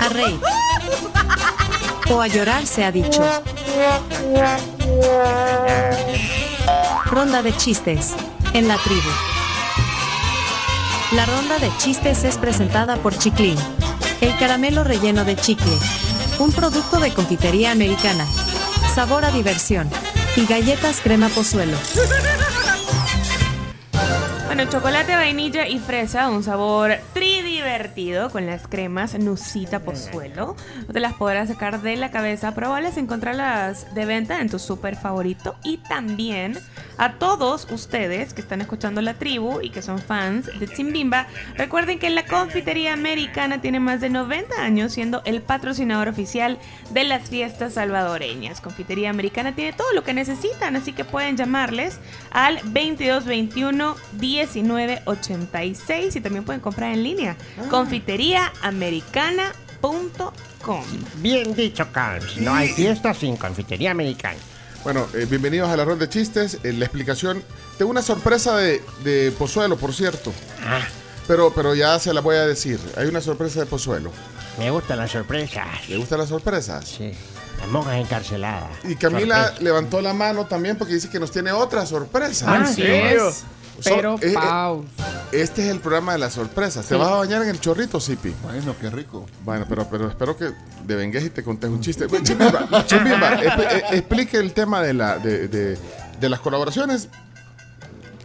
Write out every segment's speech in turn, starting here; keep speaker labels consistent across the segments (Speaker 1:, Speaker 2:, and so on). Speaker 1: A reír. O a llorar se ha dicho. Ronda de chistes. En la tribu. La ronda de chistes es presentada por Chiclin. El caramelo relleno de chicle. Un producto de confitería americana. Sabor a diversión. Y galletas crema pozuelo.
Speaker 2: Bueno, chocolate, vainilla y fresa, un sabor tridivertido con las cremas Nusita Pozuelo. No te las podrás sacar de la cabeza, probables, encontrarlas de venta en tu súper favorito. Y también a todos ustedes que están escuchando la tribu y que son fans de Chimbimba, recuerden que la confitería americana tiene más de 90 años siendo el patrocinador oficial de las fiestas salvadoreñas. Confitería americana tiene todo lo que necesitan, así que pueden llamarles al 2221 1986 y también pueden comprar en línea. Confiteriaamericana.com.
Speaker 3: Bien dicho, Carlos. No hay fiesta sin confitería americana.
Speaker 4: Bueno, eh, bienvenidos a la ronda de chistes. Eh, la explicación. Tengo una sorpresa de, de Pozuelo, por cierto.
Speaker 3: Ah,
Speaker 4: Pero, pero ya se la voy a decir. Hay una sorpresa de Pozuelo.
Speaker 3: Me gustan las sorpresas.
Speaker 4: ¿Le gustan las sorpresas?
Speaker 3: Sí. Las monjas encarceladas.
Speaker 4: Y Camila
Speaker 3: Sorpresa.
Speaker 4: levantó la mano también porque dice que nos tiene otra sorpresa.
Speaker 5: Ah, sí es.
Speaker 4: Son-
Speaker 5: Pero,
Speaker 4: eh, eh,
Speaker 5: Pau.
Speaker 4: Este es el programa de las sorpresas. ¿Te vas a bañar en el chorrito, Sipi?
Speaker 6: Bueno, qué rico.
Speaker 4: Bueno, pero, pero espero que devengues y te contes un chiste. Bueno, Chimbimba, Chimbimba, expl- eh, explique el tema de, la, de, de- de las colaboraciones.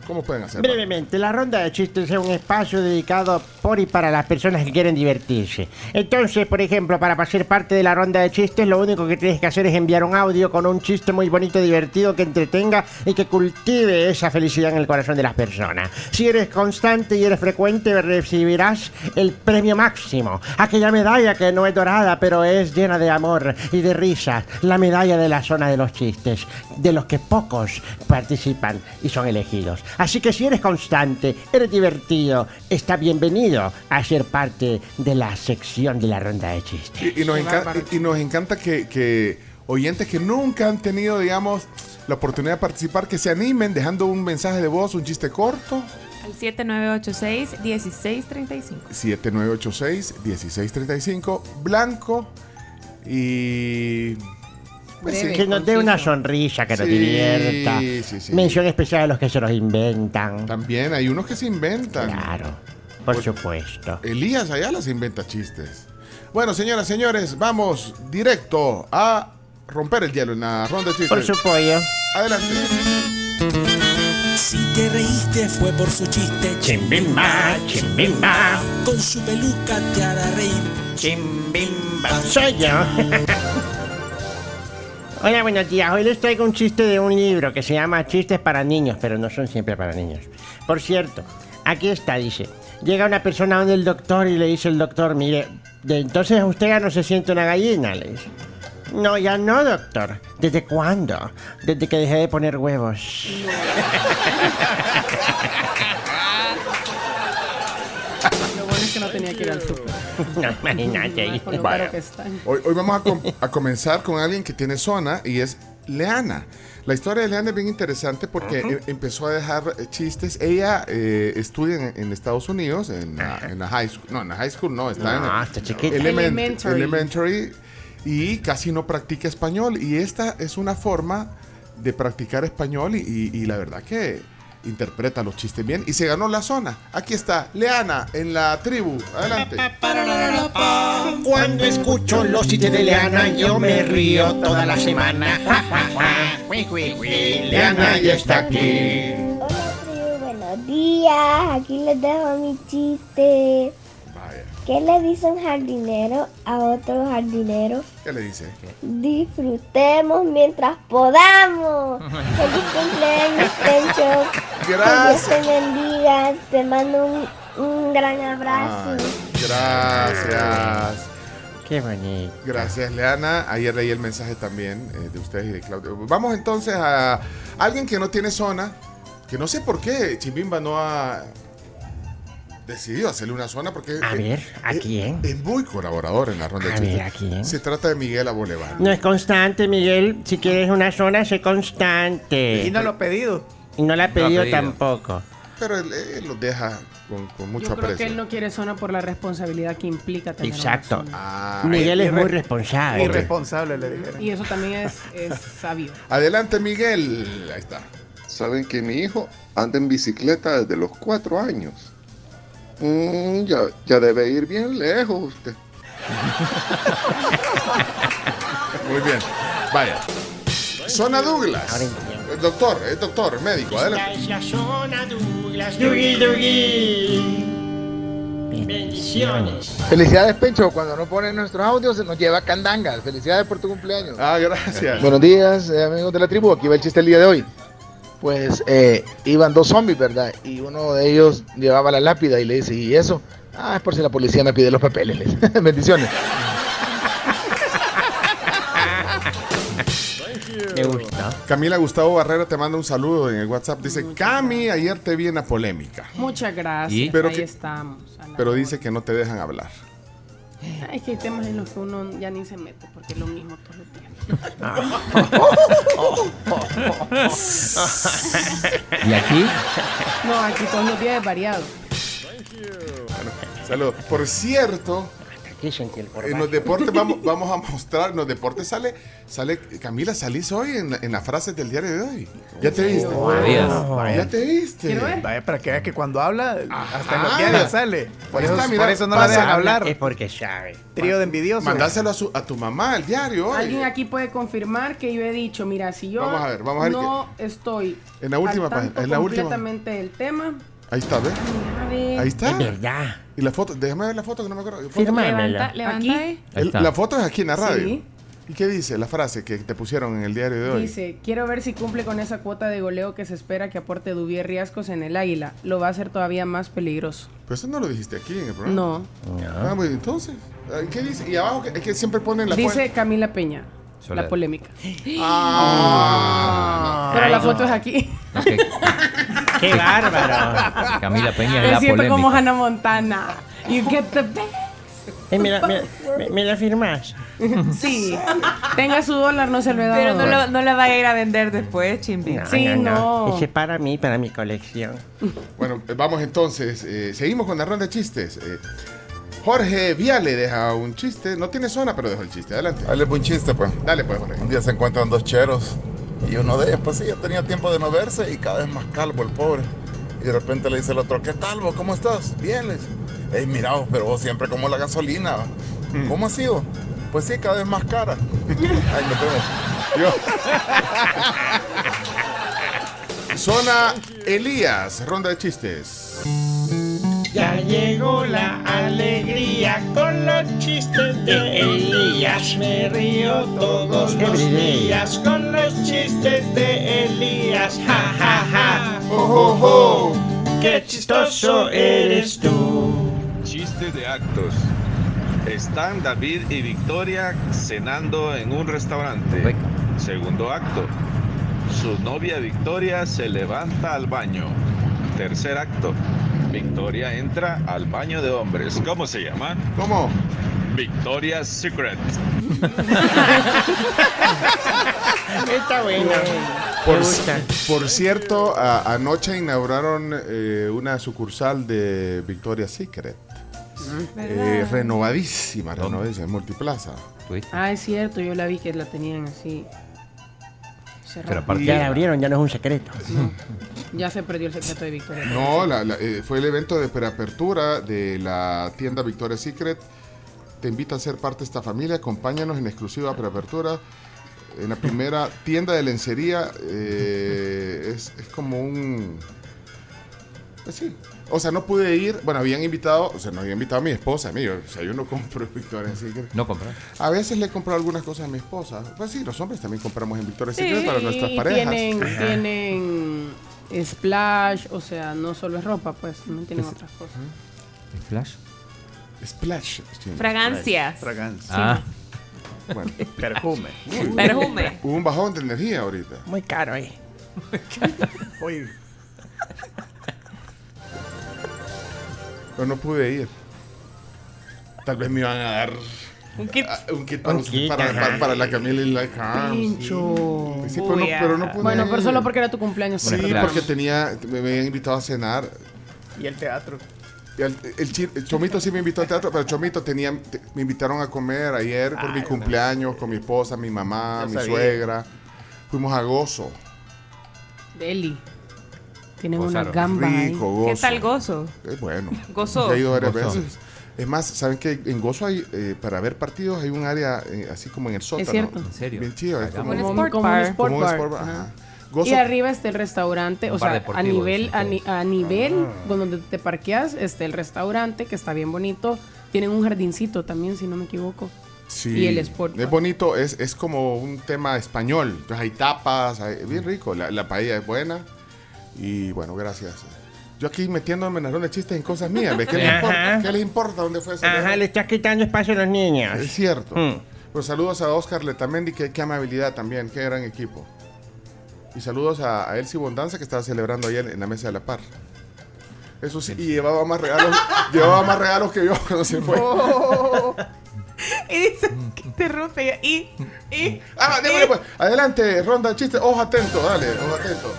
Speaker 4: ¿Cómo pueden hacer?
Speaker 3: Brevemente, la ronda de chistes es un espacio dedicado por y para las personas que quieren divertirse. Entonces, por ejemplo, para hacer parte de la ronda de chistes, lo único que tienes que hacer es enviar un audio con un chiste muy bonito, divertido, que entretenga y que cultive esa felicidad en el corazón de las personas. Si eres constante y eres frecuente, recibirás el premio máximo, aquella medalla que no es dorada, pero es llena de amor y de risas, la medalla de la zona de los chistes, de los que pocos participan y son elegidos. Así que si eres constante, eres divertido, está bienvenido a ser parte de la sección de la ronda de chistes.
Speaker 4: Y, y nos, encanta, y, y nos encanta que, que oyentes que nunca han tenido, digamos, la oportunidad de participar, que se animen dejando un mensaje de voz, un chiste corto.
Speaker 2: Al 7986-1635.
Speaker 4: 7986-1635, blanco y... pues sí.
Speaker 5: Breve.
Speaker 3: Que nos dé una
Speaker 5: conciso.
Speaker 3: sonrisa, que nos
Speaker 4: Sí,
Speaker 3: divierta.
Speaker 4: sí, sí.
Speaker 3: Mención especial a los que se los inventan.
Speaker 4: También hay unos que se inventan.
Speaker 3: Claro,
Speaker 4: Pues
Speaker 3: por supuesto.
Speaker 4: Elías Ayala se inventa chistes. Bueno, señoras, señores, vamos directo a romper el hielo en la ronda de
Speaker 3: Por
Speaker 4: chistes.
Speaker 3: su pollo.
Speaker 4: Adelante.
Speaker 7: Si te reíste fue por su chiste.
Speaker 3: Chimbimba, chimbimba,
Speaker 7: Con su peluca te hará reír.
Speaker 3: chimbimba. Soy yo. Hola, buenos días. Hoy les traigo un chiste de un libro que se llama Chistes para niños, pero no son siempre para niños. Por cierto, aquí está, dice. Llega una persona donde el doctor y le dice el doctor, mire, de entonces usted ya no se siente una gallina, le dice. No, ya no, doctor. ¿Desde cuándo? Desde que dejé de poner huevos.
Speaker 5: Lo bueno es que no tenía que ir al súper.
Speaker 3: No, imagínate.
Speaker 5: Con lo
Speaker 4: Vaya.
Speaker 5: caro que está.
Speaker 4: Hoy, hoy vamos a, com- a comenzar con alguien que tiene zona y es Leana. La historia de Leana es bien interesante porque em- empezó a dejar eh, chistes. Ella eh, estudia en, en Estados Unidos, en la, en la high school. No, en la high school no, está en
Speaker 3: No,
Speaker 4: el-
Speaker 3: está chiquita.
Speaker 4: Element-
Speaker 5: Elementary.
Speaker 4: elementary, y casi no practica español. Y esta es una forma de practicar español y, y- y la verdad que interpreta los chistes bien y se ganó la zona. Aquí está, Leana en la tribu. Adelante.
Speaker 3: Cuando escucho los chistes de Leana, yo me río toda la semana. Ja, ja, ja. Jui, jui, jui. Leana ya está aquí.
Speaker 8: Hola tribu, buenos días. Aquí les dejo mi chiste.
Speaker 4: Vaya,
Speaker 8: ¿Qué le dice un jardinero a otro jardinero?
Speaker 4: ¿qué le dice?
Speaker 8: Disfrutemos mientras podamos. Feliz cumpleaños, Pencho.
Speaker 4: Gracias.
Speaker 8: Que Dios te bendiga. Te mando un, un gran abrazo.
Speaker 4: Ay, gracias.
Speaker 3: Qué bonito.
Speaker 4: Gracias, Leana. Ayer leí el mensaje también eh, de ustedes y de Claudio. Vamos entonces a alguien que no tiene zona, que no sé por qué Chimbimba no ha decidido hacerle una zona porque...
Speaker 3: A
Speaker 4: eh,
Speaker 3: ver, ¿a
Speaker 4: eh,
Speaker 3: quién?
Speaker 4: Es muy colaborador en la ronda de
Speaker 3: A ver,
Speaker 4: chistes.
Speaker 3: ¿a quién?
Speaker 4: Se trata de Miguel Abolevar.
Speaker 3: No es constante, Miguel. Si quieres una zona, sé
Speaker 5: Y
Speaker 3: constante.
Speaker 5: no lo he pedido.
Speaker 3: Y no la he
Speaker 6: No ha
Speaker 3: pedido
Speaker 6: pedido.
Speaker 3: tampoco.
Speaker 4: pero él, él los deja con, con mucho
Speaker 5: Yo creo que
Speaker 4: aprecio.
Speaker 5: él no quiere zona por la responsabilidad que implica tener una
Speaker 3: Exacto.
Speaker 5: zona.
Speaker 4: Ah,
Speaker 3: Miguel es
Speaker 6: irre-
Speaker 3: muy responsable.
Speaker 6: Irresponsable, le dijeron.
Speaker 5: Y eso también es, es sabio.
Speaker 4: Adelante, Miguel. Ahí está.
Speaker 9: Saben que mi hijo anda en bicicleta desde los cuatro años. Mm, ya, ya debe ir bien lejos usted.
Speaker 4: Muy bien. Vaya. Zona Douglas.
Speaker 3: Ahora entiendo.
Speaker 4: Eh, Doctor, eh, doctor, médico, adelante.
Speaker 3: es la zona Douglas. Dugui, dugui. Bendiciones.
Speaker 6: Felicidades, Pencho. Cuando no ponen nuestros audios, se nos lleva candangas. Felicidades por tu cumpleaños.
Speaker 4: Ah, gracias.
Speaker 6: Buenos días, eh, amigos de la tribu. Aquí va el chiste del día de hoy. Pues eh, iban dos zombies, ¿verdad? Y uno de ellos llevaba la lápida y le dice, ¿y eso? Ah, es por si la policía me pide los papeles. les". Bendiciones.
Speaker 3: Me gustó.
Speaker 4: Camila Gustavo Barrera te manda un saludo en el WhatsApp. Dice, Cami, ayer te vi en la polémica,
Speaker 5: Muchas gracias.
Speaker 10: ¿Y?
Speaker 4: Pero
Speaker 5: Ahí
Speaker 4: que-
Speaker 5: estamos. a la
Speaker 4: pero
Speaker 5: orden.
Speaker 4: dice que no te dejan hablar.
Speaker 5: Ay, Es que hay temas en los que uno ya ni se mete porque es lo mismo todos los días.
Speaker 10: ¿Y aquí?
Speaker 5: No, aquí todos los días es variado.
Speaker 4: Saludos. Por cierto,
Speaker 3: Aquí sentí el
Speaker 4: en los
Speaker 3: corbata.
Speaker 4: deportes vamos, vamos a mostrar, en los deportes sale, sale Camila, salís hoy en, la- en las frases del diario de hoy. ¿Ya te viste?
Speaker 10: Todavía.
Speaker 4: Ya te viste.
Speaker 5: Quiero ver.
Speaker 6: Vaya, para que veas que cuando habla, hasta en
Speaker 4: Ajá.
Speaker 6: los diarios sale. Por
Speaker 4: Ahí
Speaker 6: eso,
Speaker 4: está, mira,
Speaker 6: por eso no la
Speaker 4: pasa,
Speaker 6: dejan
Speaker 4: habla,
Speaker 6: hablar.
Speaker 3: Es porque sabe.
Speaker 6: Trío de envidiosos.
Speaker 4: Mandáselo a, su- a tu mamá el diario hoy.
Speaker 5: Alguien aquí puede confirmar que yo he dicho, mira, si yo
Speaker 4: Vamos a ver, vamos a ver
Speaker 5: no estoy
Speaker 4: En la última
Speaker 5: al tanto
Speaker 4: página, en la última.
Speaker 5: completamente del tema,
Speaker 4: Ahí está, ¿ves?
Speaker 5: a ver,
Speaker 4: Ahí está.
Speaker 3: Es verdad.
Speaker 4: Y la foto, déjame ver la foto que no me acuerdo. Foto-
Speaker 2: Levanta,
Speaker 3: Fírmamela.
Speaker 2: levanta.
Speaker 5: Aquí.
Speaker 2: ahí.
Speaker 10: Ahí
Speaker 4: El-
Speaker 10: está.
Speaker 4: la foto es aquí en la radio.
Speaker 5: Sí.
Speaker 4: ¿Y qué dice la frase que te pusieron en el diario de hoy?
Speaker 5: dice, quiero ver si cumple con esa cuota de goleo que se espera que aporte Dubier Riascos en el Águila. Lo va a hacer todavía más peligroso.
Speaker 4: Pero eso no lo dijiste aquí en el programa.
Speaker 5: No.
Speaker 4: Ah, bueno, entonces, ¿eh, ¿qué dice? Y abajo, que- es que siempre ponen la
Speaker 5: Dice
Speaker 4: cuenta.
Speaker 5: Camila Peña.
Speaker 10: Soledad.
Speaker 5: La polémica.
Speaker 4: Ah,
Speaker 5: Pero la
Speaker 3: Ay,
Speaker 5: foto
Speaker 3: no.
Speaker 5: es aquí.
Speaker 10: Ok.
Speaker 3: Qué bárbaro.
Speaker 10: Camila Peña es
Speaker 5: Me
Speaker 10: la
Speaker 5: siento como
Speaker 10: polémica.
Speaker 5: Hannah Montana. You get the best.
Speaker 3: Eh, mira, mira, me- me la firmás.
Speaker 5: Sí. Tenga su dólar, no se lo he dado.
Speaker 2: Pero no, lo- no la va a ir a vender después, Chimbi.
Speaker 5: Sí, no.
Speaker 3: Ese para mí, para mi colección.
Speaker 4: no. Bueno, eh, vamos entonces. eh, seguimos con la ronda de chistes. Eh, Jorge Viale deja un chiste. No tiene zona, pero dejó el chiste. Adelante.
Speaker 9: Dale un chiste, pues.
Speaker 4: Dale, pues, Jorge.
Speaker 9: Un día se encuentran dos cheros y uno de ellos, pues sí, ya tenía tiempo de no verse y cada vez más calvo el pobre. Y de repente le dice el otro, ¿qué tal vos? ¿Cómo estás? Bien, les. Ey, mira vos, pero vos siempre como la gasolina. va.
Speaker 4: Mm.
Speaker 9: ¿Cómo ha sido? Pues sí, cada vez más cara. Ay, nos vemos.
Speaker 4: Zona Elías, ronda de chistes.
Speaker 3: Ya llegó la alegría con los chistes de Elías. Me río todos los días con los chistes de Elías. Ja, ja, ja.
Speaker 4: ¡Oh, oh,
Speaker 3: Qué chistoso eres tú.
Speaker 9: Chiste de actos. Están David y Victoria cenando en un restaurante.
Speaker 10: Correcto.
Speaker 9: Segundo acto. Su novia Victoria se levanta al baño. Tercer acto. Victoria entra al baño de hombres. ¿Cómo se llama?
Speaker 4: ¿Cómo?
Speaker 9: Victoria's Secret.
Speaker 3: Está bueno.
Speaker 4: Por,
Speaker 3: Me gusta.
Speaker 4: por cierto, a- anoche inauguraron eh, una sucursal de Victoria's Secret. Eh, renovadísima, renovadísima, en multiplaza.
Speaker 10: Tuviste.
Speaker 5: Ah, es cierto, yo la vi que la tenían así.
Speaker 10: Pero
Speaker 5: Cerrada.
Speaker 10: aparte.
Speaker 3: Ya la abrieron, ya no es un secreto.
Speaker 5: Ya se perdió el secreto de Victoria.
Speaker 4: No, la- la- eh, fue el evento de preapertura de la tienda Victoria's Secret. Te invito a ser parte de esta familia. Acompáñanos en exclusiva preapertura. En la primera tienda de lencería eh, es, es como un... pues sí. O sea, no pude ir. Bueno, habían invitado... O sea, nos había invitado a mi esposa, a mí. O sea, yo no compro en Victoria's Secret.
Speaker 10: No compró.
Speaker 4: A veces le he comprado algunas cosas a mi esposa. Pues sí, los hombres también compramos en Victoria's
Speaker 5: Sí,
Speaker 4: Secret para nuestras
Speaker 5: y
Speaker 4: parejas.
Speaker 5: Tienen, tienen splash, o sea, no solo es ropa, pues, también tienen otras cosas.
Speaker 10: ¿Flash?
Speaker 4: Splash. sí.
Speaker 2: Fragancias.
Speaker 6: Fragancia.
Speaker 10: Ah,
Speaker 4: Bueno,
Speaker 6: Perfume.
Speaker 2: Perfume.
Speaker 4: hubo un bajón de energía ahorita.
Speaker 3: Muy caro ahí.
Speaker 6: Uy,
Speaker 4: Pero no pude ir. Tal vez me iban a dar ah,
Speaker 2: Un kit.
Speaker 4: Un kit para,
Speaker 3: Un kit,
Speaker 4: para,
Speaker 3: ajá.
Speaker 4: para- para la Camila y la Cam.
Speaker 5: Pincho.
Speaker 4: Sí, pero no- pero no pude
Speaker 5: Bueno, pero
Speaker 4: ir.
Speaker 5: solo porque era tu cumpleaños.
Speaker 4: Sí, porque tenía, me habían invitado a cenar.
Speaker 11: Y el teatro.
Speaker 4: Y al- El, chi- el Chomito sí me invitó al teatro, pero Chomito tenía, te- me invitaron a comer ayer por mi cumpleaños con mi esposa, mi mamá,
Speaker 5: Ya
Speaker 4: mi
Speaker 5: sabía.
Speaker 4: suegra. Fuimos a Gozo.
Speaker 5: Deli. Tienen una
Speaker 4: Gozaron.
Speaker 5: gamba.
Speaker 4: Pues
Speaker 5: ahí.
Speaker 4: Rico, gozo.
Speaker 2: ¿Qué tal gozo?
Speaker 4: Es bueno.
Speaker 2: Gozo.
Speaker 4: He ido varias
Speaker 10: Gozo.
Speaker 4: veces. Es más, ¿saben que en Gozo hay, eh, para ver partidos, hay un área eh, así como en el sótano?
Speaker 5: cierto. ¿En
Speaker 10: serio?
Speaker 4: Bien chido. Es como,
Speaker 5: Como,
Speaker 2: sport
Speaker 5: como
Speaker 2: bar.
Speaker 5: un sport
Speaker 4: Como un
Speaker 5: bar.
Speaker 4: sport bar,
Speaker 5: Ajá.
Speaker 4: ajá. Gozo-
Speaker 5: Y arriba está el restaurante,
Speaker 10: Un
Speaker 5: o
Speaker 10: bar
Speaker 5: sea, a
Speaker 10: deportivo,
Speaker 5: nivel,
Speaker 10: dicen
Speaker 5: a, ni- a nivel
Speaker 4: Ah.
Speaker 5: con donde te parqueas, está el restaurante, que está bien bonito. Tienen un jardincito también, si no me equivoco.
Speaker 4: Sí.
Speaker 5: Y el sport
Speaker 4: Es
Speaker 5: bar.
Speaker 4: bonito, es, es como un tema español. Entonces hay tapas, hay- bien rico. La, la paella es buena. Y bueno, gracias. Yo aquí metiéndome en de chistes en cosas mías. ¿ve? ¿Qué, les
Speaker 3: Ajá.
Speaker 4: importa? ¿Qué les importa dónde fue ese
Speaker 3: Ajá, le estás quitando espacio a los niños.
Speaker 4: Es cierto.
Speaker 3: Mm.
Speaker 4: Pero saludos a Oscar Letamendi, que qué amabilidad también, qué gran equipo. Y saludos a, a Elsie Bondanza, que estaba celebrando ayer en la mesa de la par. Eso sí, y llevaba más regalos, llevaba más regalos que yo cuando se fue.
Speaker 2: Y dice que interrumpe. Y, y.
Speaker 4: Ah, démosle, pues. Adelante, ronda de chistes. Ojo atento, dale, ojo atento.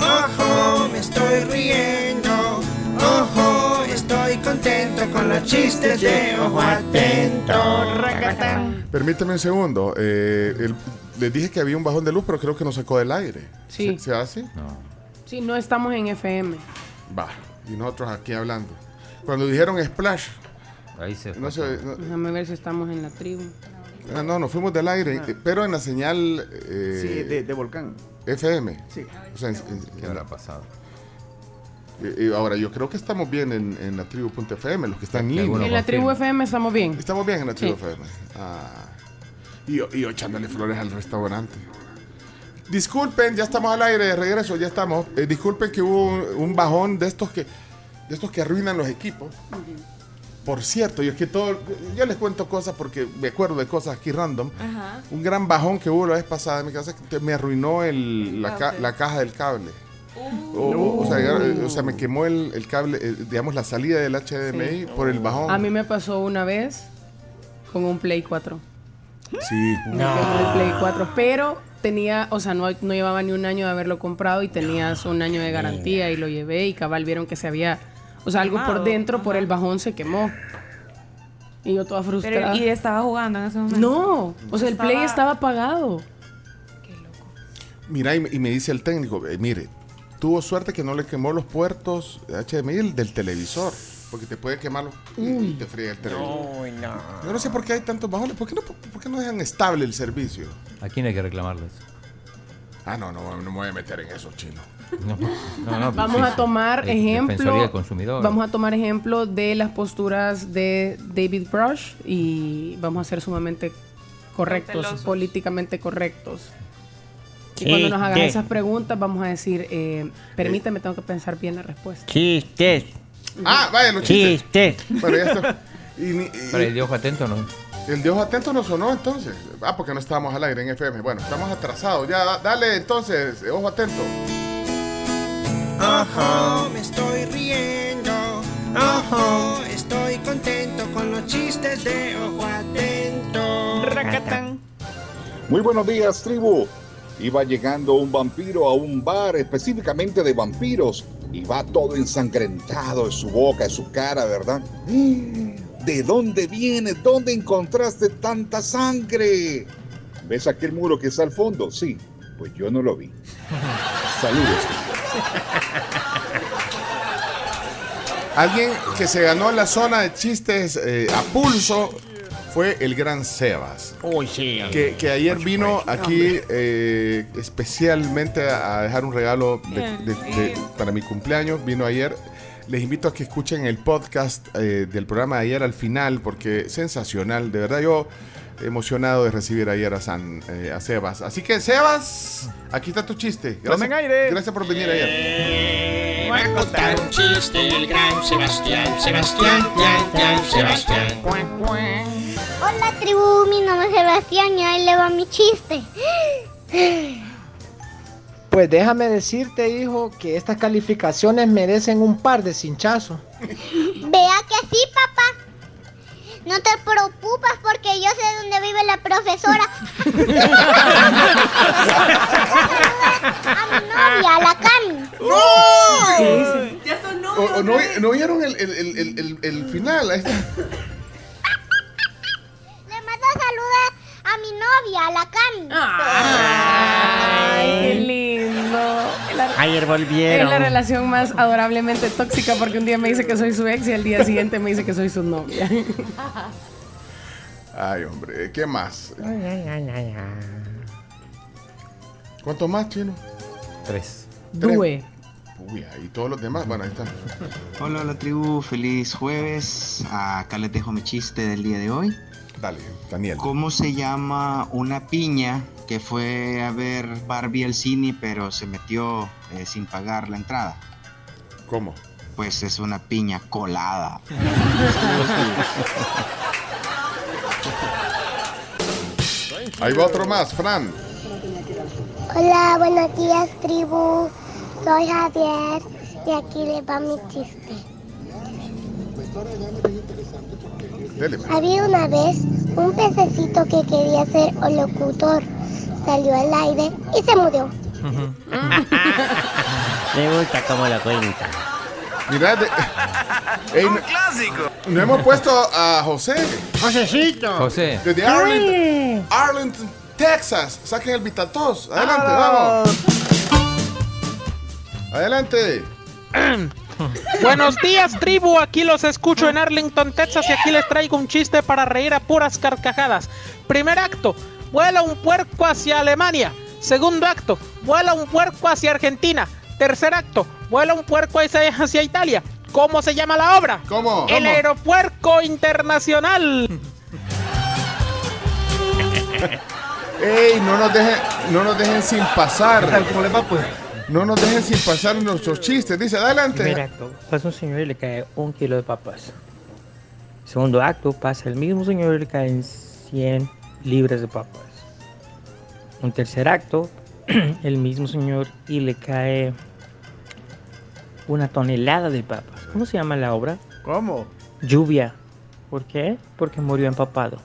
Speaker 11: Ojo, me estoy riendo. Ojo, estoy contento con los chistes de Ojo Atento. Racatán.
Speaker 4: Permíteme un segundo. eh, el- les dije que había un bajón de luz, pero creo que nos sacó del aire.
Speaker 5: Sí.
Speaker 4: ¿Se, se hace?
Speaker 5: Sí, no estamos en FM.
Speaker 4: Va. Y nosotros aquí hablando. Cuando dijeron splash,
Speaker 10: Ahí se
Speaker 4: no se. no-
Speaker 5: Déjame ver si estamos en la tribu.
Speaker 4: Ah, no, nos fuimos del aire, eh, pero en la señal eh,
Speaker 11: Ah. Sí, de, de volcán.
Speaker 4: FM.
Speaker 11: Sí.
Speaker 4: O sea, en- en-
Speaker 10: ¿Qué habrá pasado?
Speaker 4: eh, eh, ahora, yo creo que estamos bien en, en la tribu.fm, los que están en
Speaker 10: Seguro.
Speaker 4: línea.
Speaker 5: en la tribu
Speaker 10: confirmo.
Speaker 5: FM estamos bien.
Speaker 4: Estamos bien en la
Speaker 5: Sí.
Speaker 4: tribu FM. Ah. Y, yo- y yo echándole flores al restaurante. Disculpen, ya estamos al aire de regreso, ya estamos. Eh, disculpen que hubo un, un bajón de estos que de estos que arruinan los equipos. Por cierto, yo es que todo yo les cuento cosas porque me acuerdo de cosas aquí random.
Speaker 2: Ajá.
Speaker 4: Un gran bajón que hubo la vez pasada en mi casa que me arruinó el- la, ca-
Speaker 2: Cable.
Speaker 4: la caja del cable. O, o- o sea, ya- o sea, me quemó el, el cable, eh, digamos, la salida del HDMI por el bajón.
Speaker 5: A mí me pasó una vez con un Play 4.
Speaker 4: Sí.
Speaker 5: Con el Play 4, pero tenía, o sea, no, no llevaba ni un año de haberlo comprado y tenías un año de garantía y lo llevé y cabal vieron que se había, o sea, algo por
Speaker 2: Quemado,
Speaker 5: dentro, por
Speaker 2: ajá.
Speaker 5: el bajón se quemó. Y yo toda
Speaker 2: Pero,
Speaker 5: frustrada.
Speaker 2: y estaba jugando en ese momento.
Speaker 5: no, o sea, el Play
Speaker 2: Estaba-
Speaker 5: estaba apagado.
Speaker 4: Mira, y, me- y me dice el técnico, eh, mire, tuvo suerte que no le quemó los puertos HDMI del televisor, porque te puede quemar los- y, y te fría el televisor.
Speaker 3: Uy, no.
Speaker 4: Yo no sé por qué hay tantos bajones, ¿por qué no, por, por qué no dejan estable el servicio?
Speaker 10: ¿A quién hay que reclamarles?
Speaker 4: Ah, no, no, no me voy a meter en eso, chino.
Speaker 10: No, no, no,
Speaker 5: Vamos
Speaker 10: sí,
Speaker 5: a
Speaker 10: sí.
Speaker 5: tomar
Speaker 10: Eh, Defensoría
Speaker 5: ejemplo.
Speaker 10: del consumidor.
Speaker 5: Vamos a tomar ejemplo de las posturas de David Brush y vamos a ser sumamente correctos,
Speaker 2: Cautelosos.
Speaker 5: políticamente correctos. Y
Speaker 3: Sí,
Speaker 5: cuando nos hagan
Speaker 3: sí.
Speaker 5: esas preguntas, vamos a decir, eh, permítame, tengo que pensar bien la respuesta.
Speaker 3: Chistes,
Speaker 4: Ah, vaya, los chistes.
Speaker 3: chistes.
Speaker 4: Bueno, ya está. Y ni- y-
Speaker 10: Para el de ojo atento, ¿no?
Speaker 4: el de ojo atento no sonó entonces. Ah, porque no estábamos al aire en FM. Bueno, estamos atrasados. Ya, da- dale entonces, eh, ojo atento.
Speaker 11: Ojo, me estoy riendo. Ojo, estoy contento con los chistes de Ojo Atento. Racatán.
Speaker 9: Muy buenos días, tribu. Iba llegando un vampiro a un bar específicamente de vampiros y va todo ensangrentado de su boca, de su cara, ¿verdad? ¿De dónde viene? ¿Dónde encontraste tanta sangre? ¿Ves aquel muro que está al fondo? Sí, pues yo no lo vi. Saludos.
Speaker 4: Alguien que se ganó la zona de chistes eh, a pulso fue el gran Sebas.
Speaker 3: Uy, sí.
Speaker 4: Que, que ayer vino aquí eh, especialmente a a dejar un regalo de- de- de- para mi cumpleaños. Vino ayer. Les invito a que escuchen el podcast eh, del programa de ayer al final, porque sensacional. De verdad, yo emocionado de recibir ayer a, San, eh, a Sebas. Así que, Sebas, aquí está tu chiste.
Speaker 11: Tomen aire.
Speaker 4: Gracias por venir ayer.
Speaker 11: Va a contar un chiste el gran Sebastián. Sebastián, Sebastián.
Speaker 8: Hola tribu, mi nombre es Sebastián y ahí le va mi chiste.
Speaker 12: Pues déjame decirte, hijo, que estas calificaciones merecen un par de cinchazos.
Speaker 8: Vea que sí, papá. Novia, la Cami.
Speaker 4: ¡No! Ya son novios. ¿No, no vieron el, el, el, el, el- el final? Ahí está.
Speaker 8: Le mando saludos a mi novia, la Cami.
Speaker 5: Ay, qué lindo. La-
Speaker 3: Ayer volvieron.
Speaker 5: Es la relación más adorablemente tóxica porque un día me dice que soy su ex y al día siguiente me dice que soy su novia.
Speaker 4: Ay, hombre, ¿qué más?
Speaker 3: Ay, ay, ay, ay, ay.
Speaker 4: ¿Cuánto más, chino?
Speaker 10: Tres.
Speaker 5: Due.
Speaker 4: Uy, ahí todos los demás. Bueno, ahí están.
Speaker 13: Hola, hola tribu, feliz jueves. Acá les dejo mi chiste del día de hoy.
Speaker 4: Dale, Daniel.
Speaker 13: ¿Cómo se llama una piña que fue a ver Barbie al cine pero se metió eh, sin pagar la entrada?
Speaker 4: ¿Cómo?
Speaker 13: Pues es una piña colada.
Speaker 4: Ahí va otro más, Fran.
Speaker 8: Hola, buenos días, tribu. Soy Javier y aquí le va mi chiste.
Speaker 4: Dele. pues.
Speaker 8: Había una vez un pececito que quería ser locutor. Salió al aire y se murió.
Speaker 3: Me gusta cómo lo cuenta.
Speaker 4: Mirad. ¡Un clásico! No hemos puesto a José.
Speaker 3: ¡Josecito!
Speaker 10: José.
Speaker 4: Desde Arlington, Arlington, Texas. Saquen el Vitatos. Adelante, vamos. Adelante.
Speaker 14: Buenos días, tribu. Aquí los escucho en Arlington, Texas, y aquí les traigo un chiste para reír a puras carcajadas. Primer acto: vuela un puerco hacia Alemania. Segundo acto: vuela un puerco hacia Argentina. Tercer acto: vuela un puerco hacia, hacia Italia. ¿Cómo se llama la obra?
Speaker 4: ¿Cómo?
Speaker 14: El
Speaker 4: ¿Cómo?
Speaker 14: aeropuerco internacional.
Speaker 4: ¡Ey! No nos dejen, no nos dejen sin pasar.
Speaker 3: pues?
Speaker 4: No nos dejen sin pasar nuestros chistes. Dice,
Speaker 15: Primer
Speaker 4: adelante.
Speaker 15: acto, pasa un señor y le cae un kilo de papas. Segundo acto, pasa el mismo señor y le caen 100 libras de papas. Un tercer acto, el mismo señor y le cae una tonelada de papas. ¿Cómo se llama la obra?
Speaker 16: ¿Cómo?
Speaker 15: Lluvia. ¿Por qué? Porque murió empapado.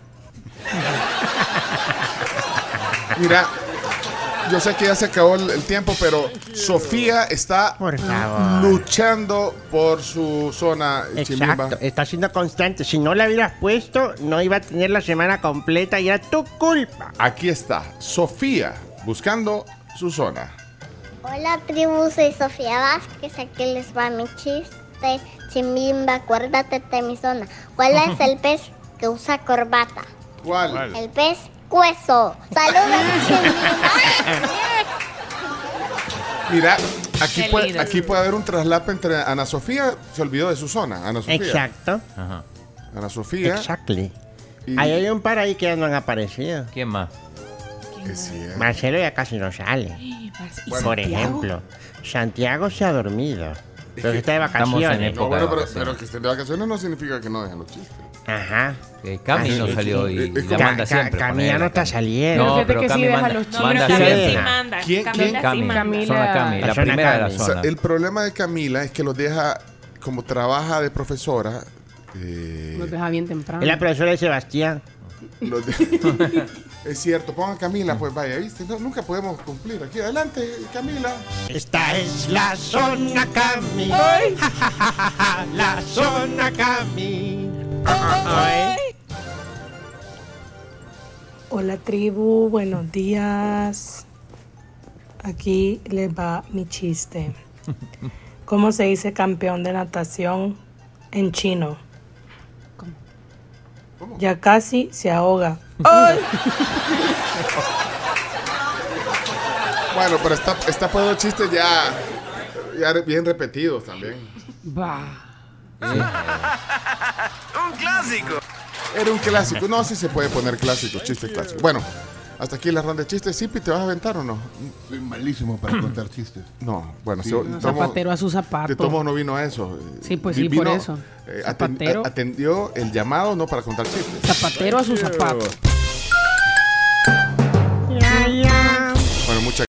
Speaker 4: Mira, yo sé que ya se acabó el, el tiempo, pero Sofía está
Speaker 3: favor.
Speaker 4: luchando por su zona chimbimba.
Speaker 3: Exacto, está siendo constante. Si no la hubieras puesto, no iba a tener la semana completa y era tu culpa.
Speaker 4: Aquí está, Sofía, buscando su zona.
Speaker 8: Hola, tribu. Soy Sofía Vázquez. Aquí les va mi chiste. Chimbimba, acuérdate de mi zona. ¿Cuál es el pez que usa corbata?
Speaker 4: ¿Cuál?
Speaker 8: El pez cueso. Saludos,
Speaker 4: Mira, aquí
Speaker 8: Qué
Speaker 4: puede,
Speaker 8: lindo.
Speaker 4: aquí puede haber un traslape entre Ana Sofía, se olvidó de su zona, Ana Sofía.
Speaker 3: Exacto.
Speaker 4: Ana Sofía.
Speaker 3: Exactly.
Speaker 4: Y-
Speaker 3: Ahí hay un par ahí que ya no han aparecido.
Speaker 10: ¿Quién más?
Speaker 3: Marcelo ya casi no sale. Por ejemplo, Santiago se ha dormido. Pero que está de vacaciones.
Speaker 4: No, bueno, pero, pero que estén de vacaciones no significa que no dejen los chistes.
Speaker 3: Ajá.
Speaker 10: Cami
Speaker 3: Así
Speaker 10: no
Speaker 3: que-
Speaker 10: Ah, salió
Speaker 4: eh,
Speaker 10: y
Speaker 3: Ca-
Speaker 10: la manda
Speaker 3: Ca-
Speaker 10: siempre.
Speaker 3: Cami ya no está saliendo.
Speaker 10: No, pero Cami manda, manda siempre.
Speaker 4: ¿Quién? ¿Quién?
Speaker 10: Zona Cami, la, primera de la
Speaker 4: O sea,
Speaker 10: zona.
Speaker 4: el problema de Camila es que los deja, como trabaja de profesora, eh,
Speaker 5: Nos deja bien temprano.
Speaker 3: Es la profesora de Sebastián.
Speaker 4: los de- es cierto, pongan Camila, pues vaya, ¿viste? No, nunca podemos cumplir. Aquí, adelante, Camila.
Speaker 3: Esta es la zona Cami. la zona Cami.
Speaker 17: Hola tribu, buenos días. Aquí les va mi chiste. ¿Cómo se dice campeón de natación en chino? Ya casi se ahoga. ¡Ay!
Speaker 4: Bueno, pero está, está por los chistes ya, ya re- bien repetidos también.
Speaker 11: ¡Un clásico!
Speaker 4: Era un clásico. No, sí se puede poner clásicos, chistes clásicos. Bueno, hasta aquí la ronda de chistes. Sipi, ¿te vas a aventar o no?
Speaker 18: Soy malísimo para contar chistes.
Speaker 4: No, bueno,
Speaker 18: Sí.
Speaker 4: se-
Speaker 18: No,
Speaker 4: tomo-
Speaker 5: Zapatero a su zapato.
Speaker 4: De Tomo no vino a eso.
Speaker 5: Sí, pues
Speaker 4: Vi-
Speaker 5: sí, por
Speaker 4: vino,
Speaker 5: eso.
Speaker 4: eh, aten-
Speaker 5: Zapatero.
Speaker 4: a- atendió el llamado no para contar chistes.
Speaker 5: Zapatero a su zapato.